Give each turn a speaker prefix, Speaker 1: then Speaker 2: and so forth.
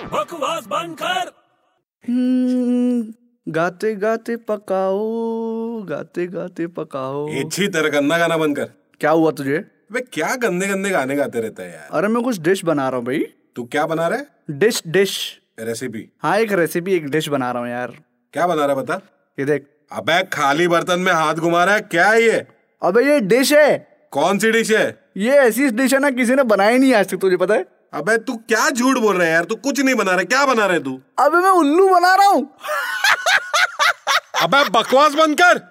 Speaker 1: आवाज बंद कर
Speaker 2: हम्म, गाते गाते पकाओ गाते गाते पकाओ
Speaker 1: अच्छी तरह गंदा गाना बंद कर
Speaker 2: क्या हुआ तुझे
Speaker 1: वे क्या गंदे गंदे गाने गाते रहता है यार
Speaker 2: अरे मैं कुछ डिश बना रहा हूँ भाई
Speaker 1: तू क्या बना रहा है
Speaker 2: डिश डिश
Speaker 1: रेसिपी
Speaker 2: हाँ एक रेसिपी एक डिश बना रहा हूँ यार
Speaker 1: क्या बना रहा है बता
Speaker 2: ये देख
Speaker 1: अबे खाली बर्तन में हाथ घुमा रहा है क्या है ये
Speaker 2: अबे ये डिश है
Speaker 1: कौन सी डिश है
Speaker 2: ये ऐसी डिश है ना किसी ने बनाई नहीं आज तक तुझे पता है
Speaker 1: अबे तू क्या झूठ बोल रहा है यार तू कुछ नहीं बना रहा है, क्या बना रहा है तू
Speaker 2: अबे मैं उल्लू बना रहा हूँ
Speaker 1: अबे बकवास बंद कर